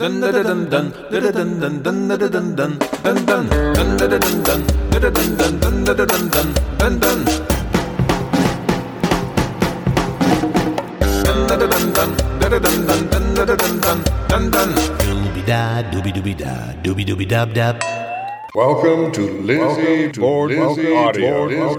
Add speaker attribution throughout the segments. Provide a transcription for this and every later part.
Speaker 1: dun dun dun dun dun dun dun dun dun dun dun dun dun dun dun dun dun dun dun dun dun dun
Speaker 2: Dooby da, dooby dooby da, dooby dooby dub dub.
Speaker 3: Welcome to Lizzie Borden Audio.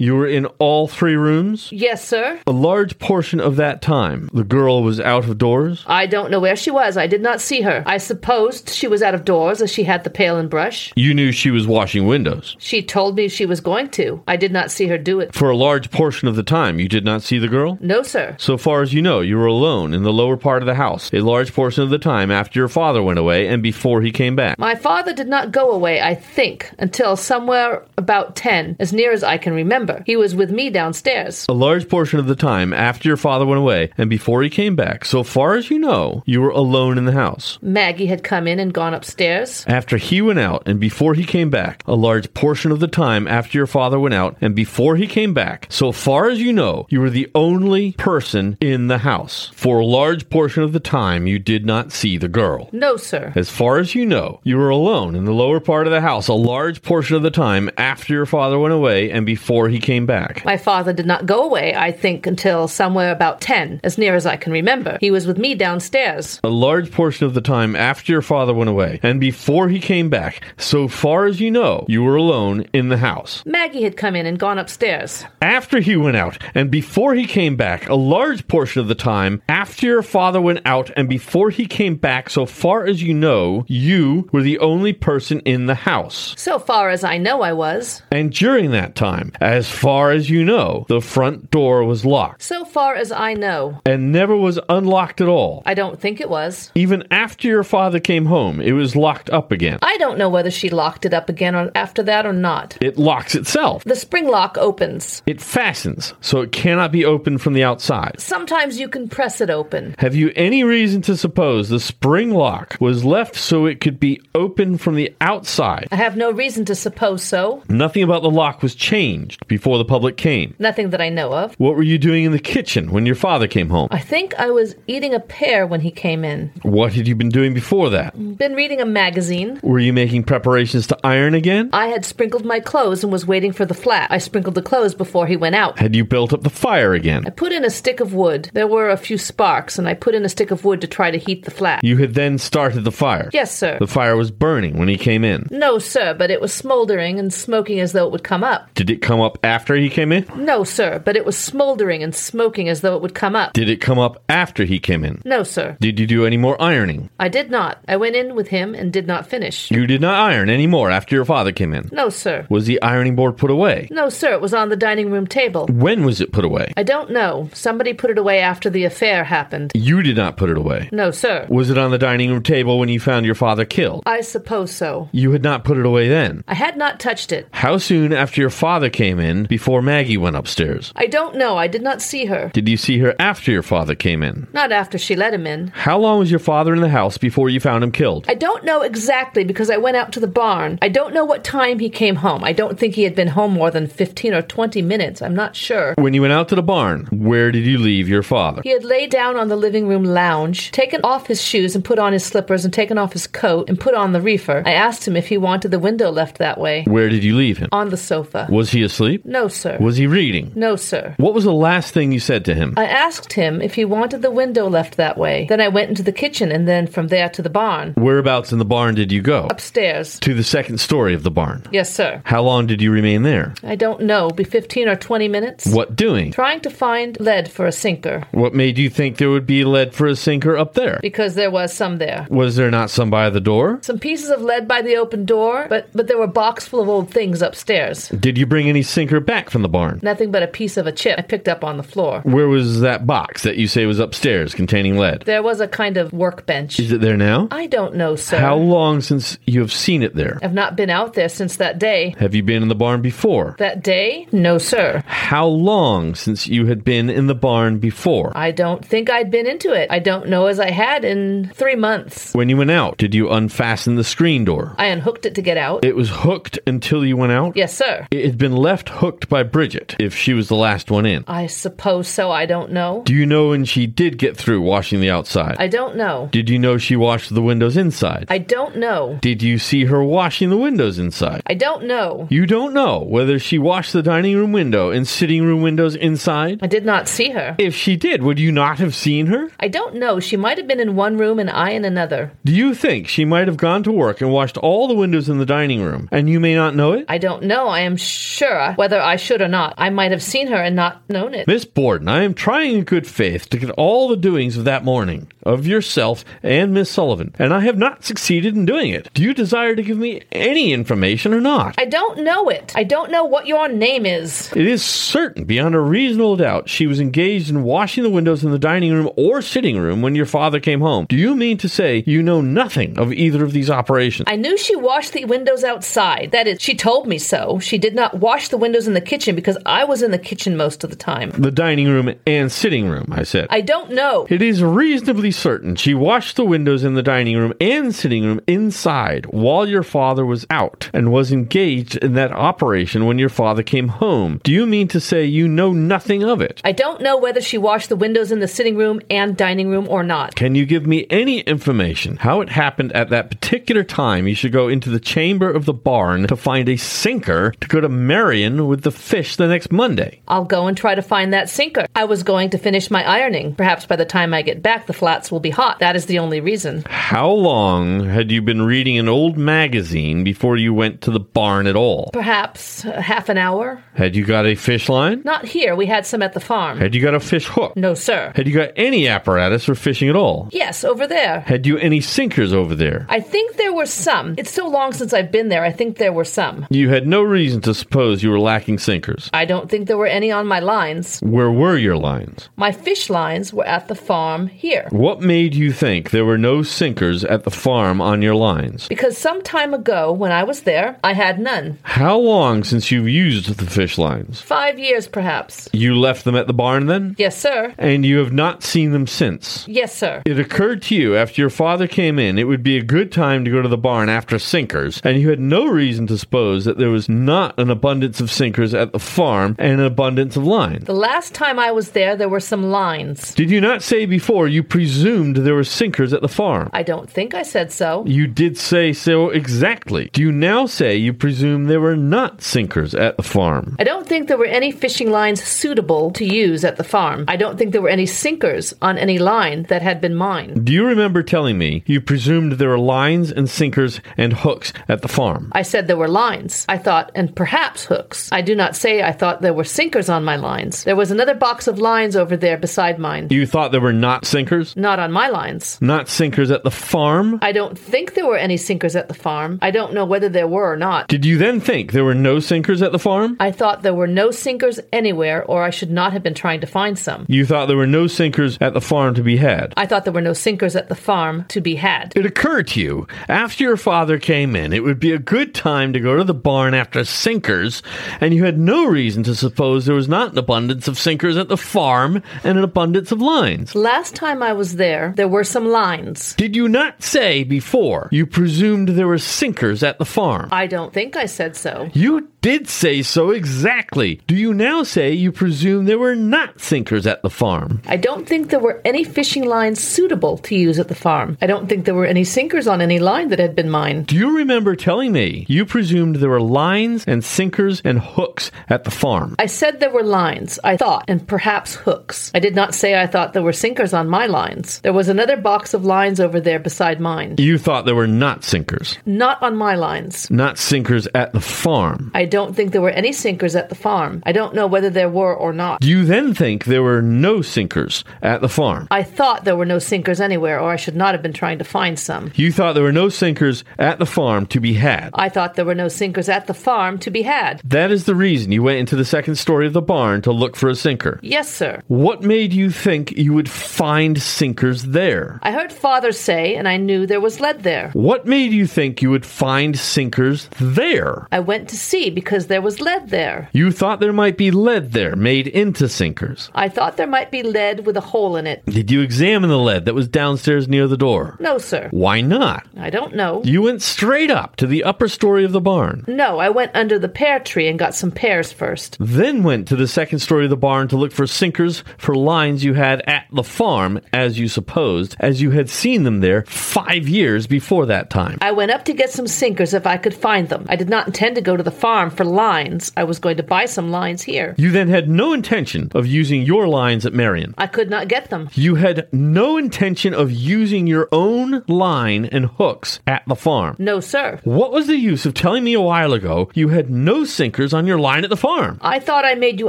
Speaker 4: You were in all three rooms.
Speaker 5: Yes, sir.
Speaker 4: A large portion of that time, the girl was out of doors.
Speaker 5: I don't know where she was. I did not see her. I supposed she was out of doors as she had the pail and brush.
Speaker 4: You knew she was washing windows.
Speaker 5: She told me she was going to. I did not see her do it.
Speaker 4: For a large portion of the time, you did not see the girl?
Speaker 5: No, sir.
Speaker 4: So far as you know, you were alone in the lower part of the house a large portion of the time after your father went away and before he came back.
Speaker 5: My father did not go away, I think, until somewhere about 10, as near as I can remember. He was with me downstairs.
Speaker 4: A large portion of the time after your father went away and before he came back, so far as you know, you were alone in the house.
Speaker 5: Maggie had come in and gone upstairs.
Speaker 4: After he went out and before he came back, a large portion of the time after your father went out and before he came back, so far as you know, you were the only person in the house. For a large portion of the time, you did not see the girl.
Speaker 5: No, sir.
Speaker 4: As far as you know, you were alone in the lower part of the house a large portion of the time after your father went away and before he came back.
Speaker 5: My father did not go away, I think, until somewhere about 10, as near as I can remember. He was with me downstairs.
Speaker 4: a large portion of the time after your father went away and before he came back, so far as you know, you were alone in the house.
Speaker 5: Maggie had come in and gone upstairs.
Speaker 4: After he went out and before he came back, a large portion of the time after your father went out and before he came back, so far as you know, you were the only person in the house.
Speaker 5: So far as I know, I was.
Speaker 4: And during that time, as far as you know, the front door was locked
Speaker 5: So far as I know,
Speaker 4: and never was unlocked at all.
Speaker 5: I don't think it was.
Speaker 4: Even after your father came home, it was locked up again.
Speaker 5: I don't know whether she locked it up again or after that or not.
Speaker 4: It locks itself.
Speaker 5: The spring lock opens.
Speaker 4: It fastens, so it cannot be opened from the outside.
Speaker 5: Sometimes you can press it open.
Speaker 4: Have you any reason to suppose the spring lock was left so it could be opened from the outside?
Speaker 5: I have no reason to suppose so.
Speaker 4: Nothing about the lock was changed before the public came.
Speaker 5: Nothing that I know of.
Speaker 4: What were you doing in the kitchen when your father came home?
Speaker 5: I think I was eating a pear when he came in.
Speaker 4: What had you been doing before that?
Speaker 5: Been reading a magazine.
Speaker 4: Were you making preparations to iron again?
Speaker 5: I had sprinkled my clothes and was waiting for the flat. I sprinkled the clothes before he went out.
Speaker 4: Had you built up the fire again?
Speaker 5: I put in a stick of wood. There were a few sparks, and I put in a stick of wood to try to heat the flat.
Speaker 4: You had then started the fire.
Speaker 5: Yes, sir.
Speaker 4: The fire was burning when he came in.
Speaker 5: No, sir, but it was smoldering and smoking as though it would come up.
Speaker 4: Did it come up after he came in?
Speaker 5: No, sir, but it was smoldering and smoking as though it would come up.
Speaker 4: Did it come up after he came in?
Speaker 5: No, sir.
Speaker 4: Did you do any more ironing?
Speaker 5: I did not. I went in with him and did not finish.
Speaker 4: You did not iron any more after your father came in.
Speaker 5: No, sir.
Speaker 4: Was the ironing board put away?
Speaker 5: No, sir, it was on the dining room table.
Speaker 4: When was it put away?
Speaker 5: I don't know. Somebody put it away after the affair happened.
Speaker 4: You did not put it away.
Speaker 5: No, sir.
Speaker 4: Was it on the dining room table when you found your father killed?
Speaker 5: I suppose so.
Speaker 4: You had not put it away then.
Speaker 5: I had not touched it.
Speaker 4: How soon after your father came in before Maggie went upstairs?
Speaker 5: I don't know. I did not see her.
Speaker 4: Did you see her after your father came in?
Speaker 5: Not after she let him in.
Speaker 4: How long was your father in the house before you found him killed?
Speaker 5: I don't know exactly because I went out to the barn. I don't know what time he came home. I don't think he had been home more than 15 or 20 minutes. I'm not sure.
Speaker 4: When you went out to the barn, where did you leave your father?
Speaker 5: He had laid down on the living room lounge, taken off his shoes and put on his slippers, and taken off his coat and put on the reefer. I asked him if he wanted the window left that way.
Speaker 4: Where did you leave him?
Speaker 5: On the sofa.
Speaker 4: Was he asleep?
Speaker 5: No, sir.
Speaker 4: Was he reading?
Speaker 5: No, sir.
Speaker 4: What was the last thing you said to him?
Speaker 5: I asked him if he wanted the window left that way. Then I went into the kitchen and then from there to the barn.
Speaker 4: Whereabouts in the barn did you go?
Speaker 5: Upstairs.
Speaker 4: To the second story of the barn.
Speaker 5: Yes, sir.
Speaker 4: How long did you remain there?
Speaker 5: I don't know. Be 15 or 20 minutes?
Speaker 4: What doing?
Speaker 5: Trying to find lead for a sinker.
Speaker 4: What made you think there would be lead for a sinker up there?
Speaker 5: because there was some there.
Speaker 4: Was there not some by the door?
Speaker 5: Some pieces of lead by the open door, but but there were a box full of old things upstairs.
Speaker 4: Did you bring any sinker back from the barn?
Speaker 5: Nothing but a piece of a chip I picked up on the floor.
Speaker 4: Where was that box that you say was upstairs containing lead?
Speaker 5: There was a kind of workbench.
Speaker 4: Is it there now?
Speaker 5: I don't know, sir.
Speaker 4: How long since you have seen it there?
Speaker 5: I've not been out there since that day.
Speaker 4: Have you been in the barn before?
Speaker 5: That day? No, sir.
Speaker 4: How long since you had been in the barn before?
Speaker 5: I don't think I'd been into it. I don't know as I had in three months.
Speaker 4: When you went out, did you unfasten the screen door?
Speaker 5: I unhooked it to get out.
Speaker 4: It was hooked until you went out?
Speaker 5: Yes, sir.
Speaker 4: It had been left hooked by Bridget if she was the last one in.
Speaker 5: I suppose so. I don't know.
Speaker 4: Do you know when she did get through washing the outside?
Speaker 5: I don't know.
Speaker 4: Did you know she washed the windows inside?
Speaker 5: I don't know.
Speaker 4: Did you see her washing the windows inside?
Speaker 5: I don't know.
Speaker 4: You don't know whether she washed the dining room window and sitting room windows inside?
Speaker 5: I did not see her.
Speaker 4: If she did, would you not have seen her?
Speaker 5: I don't know. She might have been in one room and I in another.
Speaker 4: Do you think she might have gone to work and washed all the windows in the dining room and you may not know it?
Speaker 5: I don't know. I am sure whether I should or not. I might have seen her and not known it.
Speaker 4: Miss Borden, I am trying in good faith to get all the doings of that morning, of yourself and Miss Sullivan, and I have not succeeded in doing it. Do you desire to give me any information or not?
Speaker 5: I don't know it. I don't know what your name is.
Speaker 4: It is certain, beyond a reasonable doubt, she was engaged in washing the windows in the dining room or sitting room when your father came home. Do you mean to say you know nothing of either of these operations?
Speaker 5: I knew she washed the windows outside. That is, she told me so. She did not wash the windows in the kitchen because I was in the kitchen most of the time.
Speaker 4: the dining room and sitting room, I said.
Speaker 5: I don't know.
Speaker 4: It is reasonably certain she washed the windows in the dining room and sitting room inside while your father was out and was engaged in that operation when your father came home. Do you mean to say you know nothing of it?
Speaker 5: I don't know whether she washed the windows in the sitting room and dining room or not.
Speaker 4: Can you give me any information how it happened at that particular time? You should go into the chamber of the barn to find a sinker to go to Marion with the fish the next Monday.
Speaker 5: I'll go and try to find that sinker. I was going to finish my ironing. Perhaps by the time I get back, the flats will be hot. That is the only reason.
Speaker 4: How long had you been reading an old magazine before you went to the barn at all?
Speaker 5: Perhaps uh, half an hour?
Speaker 4: Had you got a fish line?
Speaker 5: Not here. We had some at the farm.
Speaker 4: Had you got a fish hook?
Speaker 5: No, sir.
Speaker 4: Had you got any apparatus for fishing at all?
Speaker 5: Yes, over there.
Speaker 4: Had you any sinkers over there?
Speaker 5: I think there were some. It's so long since I've been there. I think there were some.
Speaker 4: You had no reason to suppose you were lacking sinkers.
Speaker 5: I don't think there were any on my lines.
Speaker 4: Where were your lines?
Speaker 5: My fish lines were at the farm here.
Speaker 4: What made you think there were no sinkers at the farm on your lines?
Speaker 5: Because some time ago, when I was there, I had none.
Speaker 4: How long since you've used the fish lines?
Speaker 5: Five years, perhaps.
Speaker 4: You left them at the barn then?
Speaker 5: Yes, sir.
Speaker 4: And you have not seen them since?
Speaker 5: Yes, sir.
Speaker 4: It occurred to you after your father came in, it would be a good time to go to the barn after sinkers, and you had no reason to suppose that there was not an abundance of sinkers at the farm and an abundance of lines.
Speaker 5: The last time I was there, there were some lines.
Speaker 4: Did you not say before you presumed there were sinkers at the farm?
Speaker 5: I don't think I said so.
Speaker 4: You did say so exactly. Do you now say you presume there were not sinkers at the farm?
Speaker 5: I don't think there were any fishing lines suitable to use at the farm. I don't think there were any sinkers on any line that had been mine.
Speaker 4: Do you remember telling me you presumed there were lines and sinkers and hooks at the farm?
Speaker 5: I said there were lines, I thought, and perhaps hooks. I do not say I thought there were sinkers on my lines. There was another box of lines over there beside mine.
Speaker 4: You thought there were not sinkers?
Speaker 5: Not on my lines.
Speaker 4: Not sinkers at the farm?
Speaker 5: I don't think there were any sinkers at the farm. I don't know whether there were or not.
Speaker 4: Did you then think there were no sinkers at the farm?
Speaker 5: I thought there were no sinkers anywhere, or I should not have been trying to find some.
Speaker 4: You thought there were no sinkers at the farm to be had.
Speaker 5: I thought there were no sinkers at the farm to be had.
Speaker 4: It occurred to you, after your father came in, it would be a good time to go to the barn after sinkers, and you had no reason to suppose there was not an abundance of sinkers at the farm and an abundance of lines.
Speaker 5: Last time I was there, there were some lines.
Speaker 4: Did you not say before you presumed there were sinkers at the farm?
Speaker 5: I don't think I said so.
Speaker 4: You did say so exactly. Do you now say you presume there were not sinkers at the farm?
Speaker 5: I don't think there were any fishing lines suitable to use at the farm. I don't think there were any sinkers on any line that had been mine.
Speaker 4: Do you remember telling me you presumed there were lines and sinkers and hooks at the farm?
Speaker 5: I said there were lines, I thought, and perhaps hooks. I did not say I thought there were sinkers on my lines. There was another box of lines over there beside mine.
Speaker 4: You thought there were not sinkers,
Speaker 5: Not on my lines.
Speaker 4: not sinkers at the farm.
Speaker 5: I don't think there were any sinkers at the farm. I don't know whether there were or not.
Speaker 4: Do you then think there were no sinkers at the farm?
Speaker 5: I thought there were no sinkers anywhere, or I should not have been trying to find some.
Speaker 4: You thought there were no sinkers at the farm to be had.
Speaker 5: I thought there were no sinkers at the farm to be had.
Speaker 4: That is the reason you went into the second story of the barn to look for a sinker.
Speaker 5: Yes, sir.
Speaker 4: What made you think you would find sinkers there?
Speaker 5: I heard father say, and I knew there was lead there.
Speaker 4: What made you think you would find sinkers there?
Speaker 5: I went to see because there was lead there.
Speaker 4: You thought there might be lead there made into sinkers.
Speaker 5: I thought there might be lead with a hole in it.
Speaker 4: Did you examine the lead that was downstairs near the door?
Speaker 5: No, sir.
Speaker 4: Why not?
Speaker 5: I don't know.
Speaker 4: You went straight up to the upper story of the barn,
Speaker 5: No, I went under the pear tree and got some pears first.
Speaker 4: then went to the second story of the barn to look for sinkers for lines you had at the farm, as you supposed, as you had seen them there five years before that time.
Speaker 5: I went up to get some sinkers if I could find them. I did not intend to go to the farm for lines. I was going to buy some lines here.
Speaker 4: You then had no intention of using your lines at Marion.
Speaker 5: I could not get them.
Speaker 4: You had no intention of using your own line and hooks at the farm.
Speaker 5: No, sir.
Speaker 4: What was the use of telling me a while ago you had no sinkers on your line at the farm?
Speaker 5: I thought I made you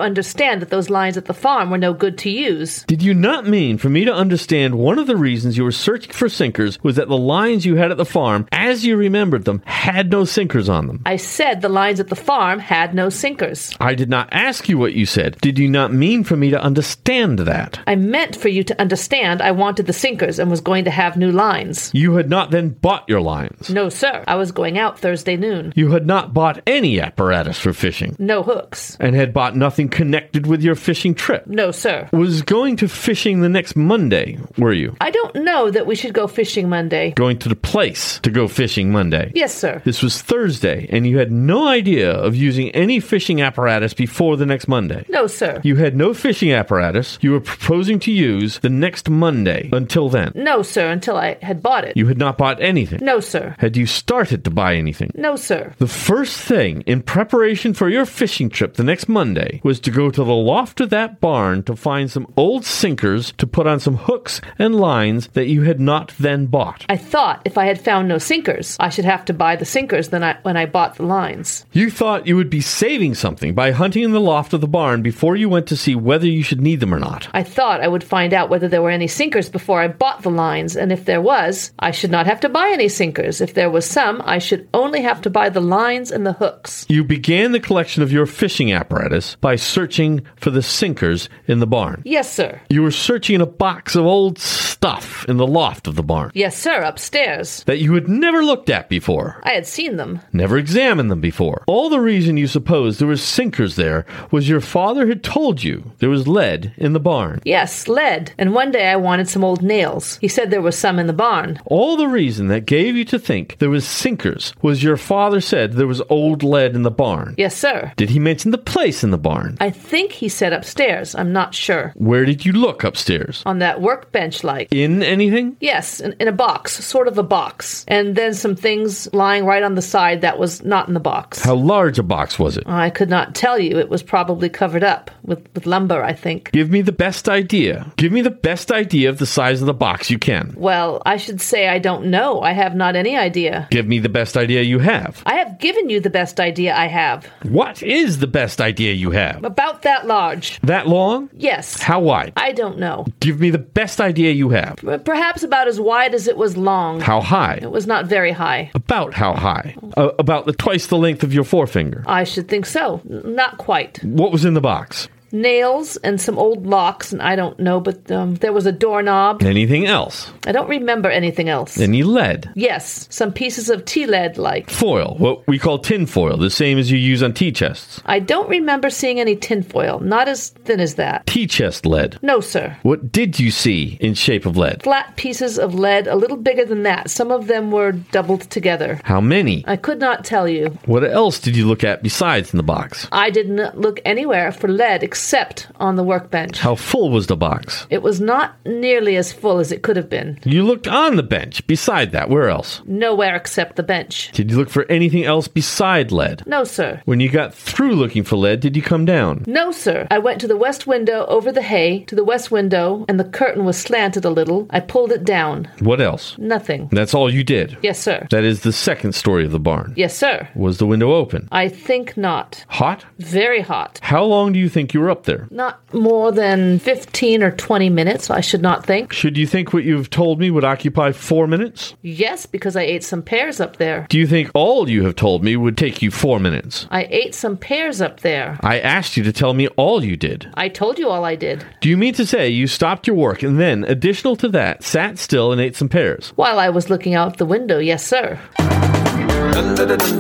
Speaker 5: understand that those lines at the farm were no good to use.
Speaker 4: Did you not mean for me to understand one of the reasons you were searching for sinkers was that the lines you had at the farm, as you remembered them, had no sinkers on them?
Speaker 5: I said the lines at the farm had no sinkers.
Speaker 4: I did not ask you what you said. Did you not mean for me to understand that?
Speaker 5: I meant for you to understand I wanted the sinkers and was going to have new lines.
Speaker 4: You had not then bought your lines.
Speaker 5: No, sir. I was going out Thursday noon.
Speaker 4: You had not bought any apparatus for fishing.
Speaker 5: No hooks.
Speaker 4: and had bought nothing connected with your fishing trip.
Speaker 5: No, sir.
Speaker 4: Was going to fishing the next Monday, were you?
Speaker 5: I don't know that we should go fishing Monday.
Speaker 4: Going to the place to go fishing Monday.
Speaker 5: Yes, sir.
Speaker 4: This was Thursday, and you had no idea of using any fishing apparatus before the next Monday.
Speaker 5: No, sir.
Speaker 4: You had no fishing apparatus you were proposing to use the next Monday until then.
Speaker 5: No, sir, until I had bought it.
Speaker 4: You had not bought anything.
Speaker 5: No, sir.
Speaker 4: Had you started to buy anything?
Speaker 5: No, sir.
Speaker 4: The first thing in preparation for your fishing trip the next Monday was to go to the loft of that barn to find some old sinkers to put on some hooks and lines that you had not then bought.
Speaker 5: I thought if I had found no sinkers, I should have to buy the sinkers than I, when I bought the lines.
Speaker 4: You thought you would be saving something by hunting in the loft of the barn before you went to see whether you should need them or not.
Speaker 5: I thought I would find out whether there were any sinkers before I bought the lines, and if there was, I should not have to buy any sinkers. If there was some, I should only have to buy the lines and the hooks.
Speaker 4: You began the collection of your fishing apparatus by searching for the sinkers in the barn.
Speaker 5: Yes, sir.
Speaker 4: You were searching in a box of old stuff in the loft of the barn
Speaker 5: Yes, sir, upstairs.
Speaker 4: that you had never looked at before.
Speaker 5: I had seen them.
Speaker 4: never examined them before. All the reason you supposed there was sinkers there was your father had told you there was lead in the barn.
Speaker 5: Yes, lead. And one day I wanted some old nails. He said there was some in the barn.
Speaker 4: All the reason that gave you to think there was sinkers was your father said there was old lead in the barn.
Speaker 5: Yes, sir.
Speaker 4: Did he mention the place in the barn?
Speaker 5: I think he said upstairs. I'm not sure.
Speaker 4: Where did you look upstairs?
Speaker 5: On that workbench, like.
Speaker 4: In anything?
Speaker 5: Yes, in, in a box, sort of a box. And then some things lying right on the side that was not in the box.
Speaker 4: How large a box was it?
Speaker 5: I could not tell you. It was probably covered up with, with lumber, I think.
Speaker 4: Give me the best idea. Give me the best idea of the size of the box you can.
Speaker 5: Well, I should say I don't know. I have not any idea.
Speaker 4: Give me the best idea you have.
Speaker 5: I have given you the best idea I have.
Speaker 4: What is the best idea you have?
Speaker 5: About that large.
Speaker 4: That long?
Speaker 5: Yes.
Speaker 4: How wide?
Speaker 5: I don't know.
Speaker 4: Give me the best idea you have.
Speaker 5: But Perhaps about as wide as it was long.
Speaker 4: How high?
Speaker 5: It was not very high.
Speaker 4: About how high? Uh, about the twice the length of your forefinger.
Speaker 5: I should think so. N- Not quite.
Speaker 4: What was in the box?
Speaker 5: Nails and some old locks, and I don't know, but um, there was a doorknob.
Speaker 4: Anything else?
Speaker 5: I don't remember anything else.
Speaker 4: Any lead?
Speaker 5: Yes, some pieces of tea lead like.
Speaker 4: Foil, what we call tin foil, the same as you use on tea chests.
Speaker 5: I don't remember seeing any tinfoil, not as thin as that.
Speaker 4: Tea chest lead.
Speaker 5: No, sir.
Speaker 4: What did you see in shape of lead?
Speaker 5: Flat pieces of lead, a little bigger than that. Some of them were doubled together.
Speaker 4: How many?
Speaker 5: I could not tell you.
Speaker 4: What else did you look at besides in the box?
Speaker 5: I did not look anywhere for lead except on the workbench.
Speaker 4: How full was the box?
Speaker 5: It was not nearly as full as it could have been.
Speaker 4: You looked on the bench. Beside that, where else?
Speaker 5: Nowhere except the bench.
Speaker 4: Did you look for anything else beside lead?
Speaker 5: No, sir.
Speaker 4: When you got through looking for lead, did you come down?
Speaker 5: No, sir. I went to the west window over the hay, to the west window, and the curtain was slanted a little. I pulled it down.
Speaker 4: What else?
Speaker 5: Nothing.
Speaker 4: That's all you did.
Speaker 5: Yes, sir.
Speaker 4: That is the second story of the barn.
Speaker 5: Yes, sir.
Speaker 4: Was the window open?
Speaker 5: I think not.
Speaker 4: Hot?
Speaker 5: Very hot.
Speaker 4: How long do you think you were up there?
Speaker 5: Not more than 15 or 20 minutes, I should not think.
Speaker 4: Should you think what you've told me would occupy four minutes?
Speaker 5: Yes, because I ate some pears up there.
Speaker 4: Do you think all you have told me would take you four minutes?
Speaker 5: I ate some pears up there.
Speaker 4: I asked you to tell me all you did.
Speaker 5: I told you all I did.
Speaker 4: Do you mean to say you stopped your work and then, additional to that, sat still and ate some pears?
Speaker 5: While I was looking out the window, yes, sir.
Speaker 1: dun dun dun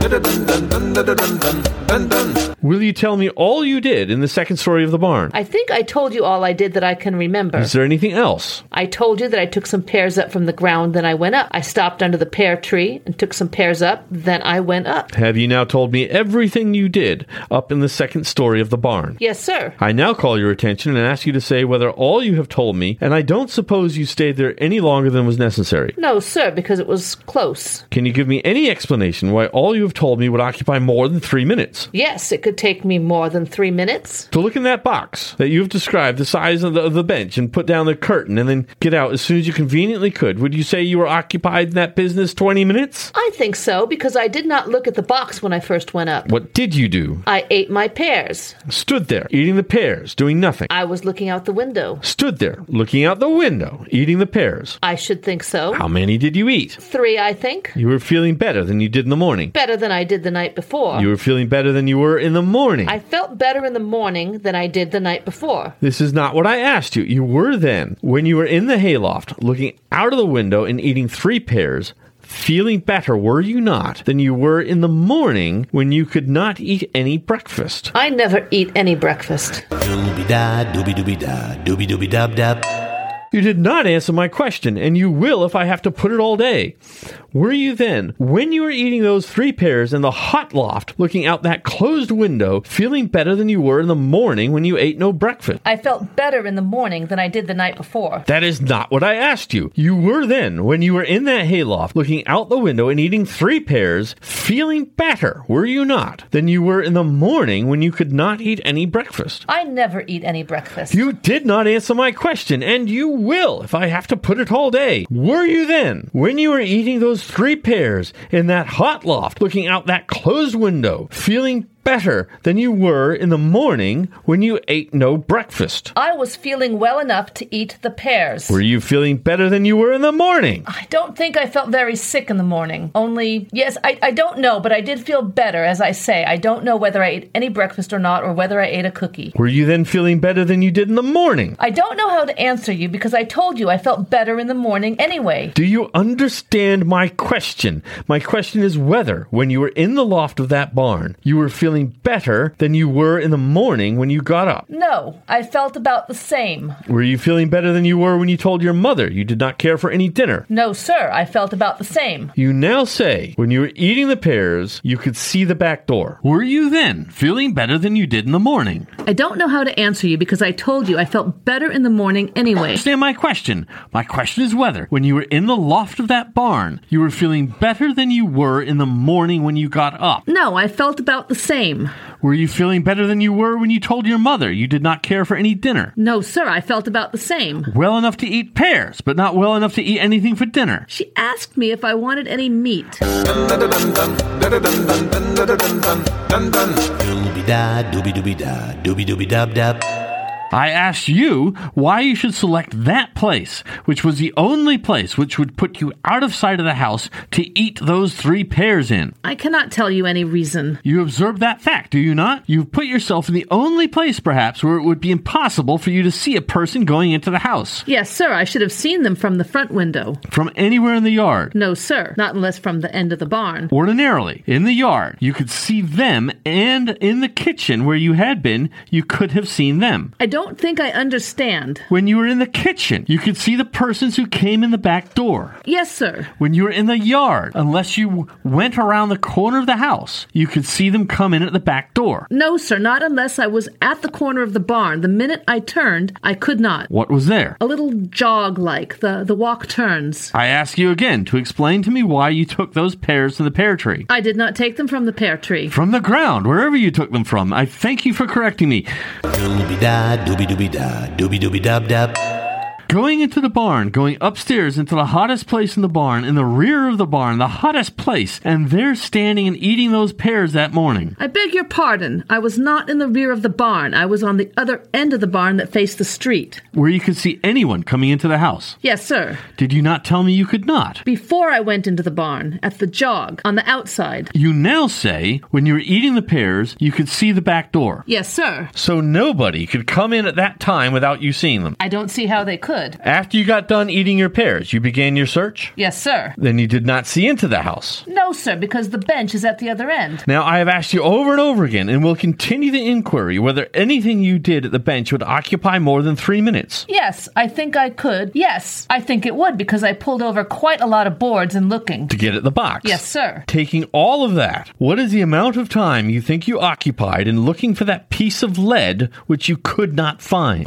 Speaker 1: dun
Speaker 4: Will you tell me all you did in the second story of the barn?
Speaker 5: I think I told you all I did that I can remember.
Speaker 4: Is there anything else?
Speaker 5: I told you that I took some pears up from the ground, then I went up. I stopped under the pear tree and took some pears up, then I went up.
Speaker 4: Have you now told me everything you did up in the second story of the barn?
Speaker 5: Yes, sir.
Speaker 4: I now call your attention and ask you to say whether all you have told me, and I don't suppose you stayed there any longer than was necessary.
Speaker 5: No, sir, because it was close.
Speaker 4: Can you give me any explanation why all you have told me would occupy more than three minutes?
Speaker 5: Yes, it could take me more than three minutes.
Speaker 4: To look in that box that you've described, the size of the, of the bench, and put down the curtain, and then get out as soon as you conveniently could, would you say you were occupied in that business 20 minutes?
Speaker 5: I think so, because I did not look at the box when I first went up.
Speaker 4: What did you do?
Speaker 5: I ate my pears.
Speaker 4: Stood there, eating the pears, doing nothing.
Speaker 5: I was looking out the window.
Speaker 4: Stood there, looking out the window, eating the pears.
Speaker 5: I should think so.
Speaker 4: How many did you eat?
Speaker 5: Three, I think.
Speaker 4: You were feeling better than you did in the morning.
Speaker 5: Better than I did the night before.
Speaker 4: You were feeling better than you were in the morning.
Speaker 5: I felt better in the morning than I did the night before.
Speaker 4: This is not what I asked you. You were then, when you were in the hayloft, looking out of the window and eating three pears, feeling better, were you not, than you were in the morning when you could not eat any breakfast?
Speaker 5: I never eat any breakfast.
Speaker 2: Doobie da, doobie doobie da, doobie doobie dub dub.
Speaker 4: You did not answer my question, and you will if I have to put it all day. Were you then, when you were eating those three pears in the hot loft, looking out that closed window, feeling better than you were in the morning when you ate no breakfast?
Speaker 5: I felt better in the morning than I did the night before.
Speaker 4: That is not what I asked you. You were then, when you were in that hayloft, looking out the window and eating three pears, feeling better, were you not, than you were in the morning when you could not eat any breakfast?
Speaker 5: I never eat any breakfast.
Speaker 4: You did not answer my question, and you will if I have to put it all day. Were you then, when you were eating those three pears in that hot loft, looking out that closed window, feeling better than you were in the morning when you ate no breakfast?
Speaker 5: I was feeling well enough to eat the pears.
Speaker 4: Were you feeling better than you were in the morning?
Speaker 5: I don't think I felt very sick in the morning. Only, yes, I, I don't know, but I did feel better, as I say. I don't know whether I ate any breakfast or not, or whether I ate a cookie.
Speaker 4: Were you then feeling better than you did in the morning?
Speaker 5: I don't know how to answer you because I told you I felt better in the morning anyway.
Speaker 4: Do you understand my question? My question is whether, when you were in the loft of that barn, you were feeling better than you were in the morning when you got up.
Speaker 5: No, I felt about the same.
Speaker 4: Were you feeling better than you were when you told your mother you did not care for any dinner?
Speaker 5: No, sir, I felt about the same.
Speaker 4: You now say when you were eating the pears, you could see the back door. Were you then feeling better than you did in the morning?
Speaker 5: I don't know how to answer you because I told you I felt better in the morning anyway.
Speaker 4: Understand my question. My question is whether, when you were in the loft of that barn, you were feeling better than you were in the morning when you got up.
Speaker 5: No, I felt about the same.
Speaker 4: Were you feeling better than you were when you told your mother you did not care for any dinner?
Speaker 5: No, sir, I felt about the same.
Speaker 4: Well enough to eat pears, but not well enough to eat anything for dinner.
Speaker 5: She asked me if I wanted any meat.
Speaker 2: Doobie da, doobie doobie da, doobie doobie dub dub.
Speaker 4: I asked you why you should select that place, which was the only place which would put you out of sight of the house to eat those three pears in.
Speaker 5: I cannot tell you any reason.
Speaker 4: You observe that fact, do you not? You've put yourself in the only place, perhaps, where it would be impossible for you to see a person going into the house
Speaker 5: Yes, sir, I should have seen them from the front window.
Speaker 4: from anywhere in the yard.
Speaker 5: No, sir, not unless from the end of the barn.
Speaker 4: Ordinarily, in the yard, you could see them, and in the kitchen where you had been, you could have seen them.
Speaker 5: I don't think I understand.
Speaker 4: When you were in the kitchen, you could see the persons who came in the back door.
Speaker 5: Yes, sir.
Speaker 4: When you were in the yard, unless you w- went around the corner of the house, you could see them come in at the back door.
Speaker 5: No, sir, not unless I was at the corner of the barn. The minute I turned, I could not.
Speaker 4: What was there?
Speaker 5: A little jog like, the, the walk turns.
Speaker 4: I ask you again to explain to me why you took those pears to the pear tree.
Speaker 5: I did not take them from the pear tree.
Speaker 4: From the ground, wherever you took them from. I thank you for correcting me.
Speaker 2: Doobie da, doobie doobie da, doobie doobie dub dub.
Speaker 4: Going into the barn, going upstairs into the hottest place in the barn, in the rear of the barn, the hottest place, and there standing and eating those pears that morning.
Speaker 5: I beg your pardon. I was not in the rear of the barn. I was on the other end of the barn that faced the street.
Speaker 4: Where you could see anyone coming into the house.
Speaker 5: Yes, sir.
Speaker 4: Did you not tell me you could not?
Speaker 5: Before I went into the barn, at the jog, on the outside.
Speaker 4: You now say when you were eating the pears, you could see the back door.
Speaker 5: Yes, sir.
Speaker 4: So nobody could come in at that time without you seeing them.
Speaker 5: I don't see how they could. Good.
Speaker 4: After you got done eating your pears, you began your search?
Speaker 5: Yes, sir.
Speaker 4: Then you did not see into the house.
Speaker 5: No, sir, because the bench is at the other end.
Speaker 4: Now, I have asked you over and over again, and will continue the inquiry, whether anything you did at the bench would occupy more than three minutes.
Speaker 5: Yes, I think I could. Yes, I think it would because I pulled over quite a lot of boards in looking.
Speaker 4: To get at the box.
Speaker 5: Yes, sir.
Speaker 4: Taking all of that, what is the amount of time you think you occupied in looking for that piece of lead which you could not find?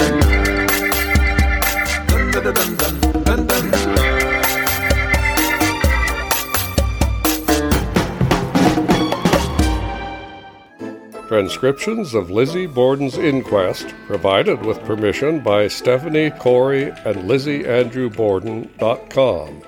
Speaker 3: Transcriptions of Lizzie Borden's inquest provided with permission by Stephanie Corey and LizzieAndrewBorden.com.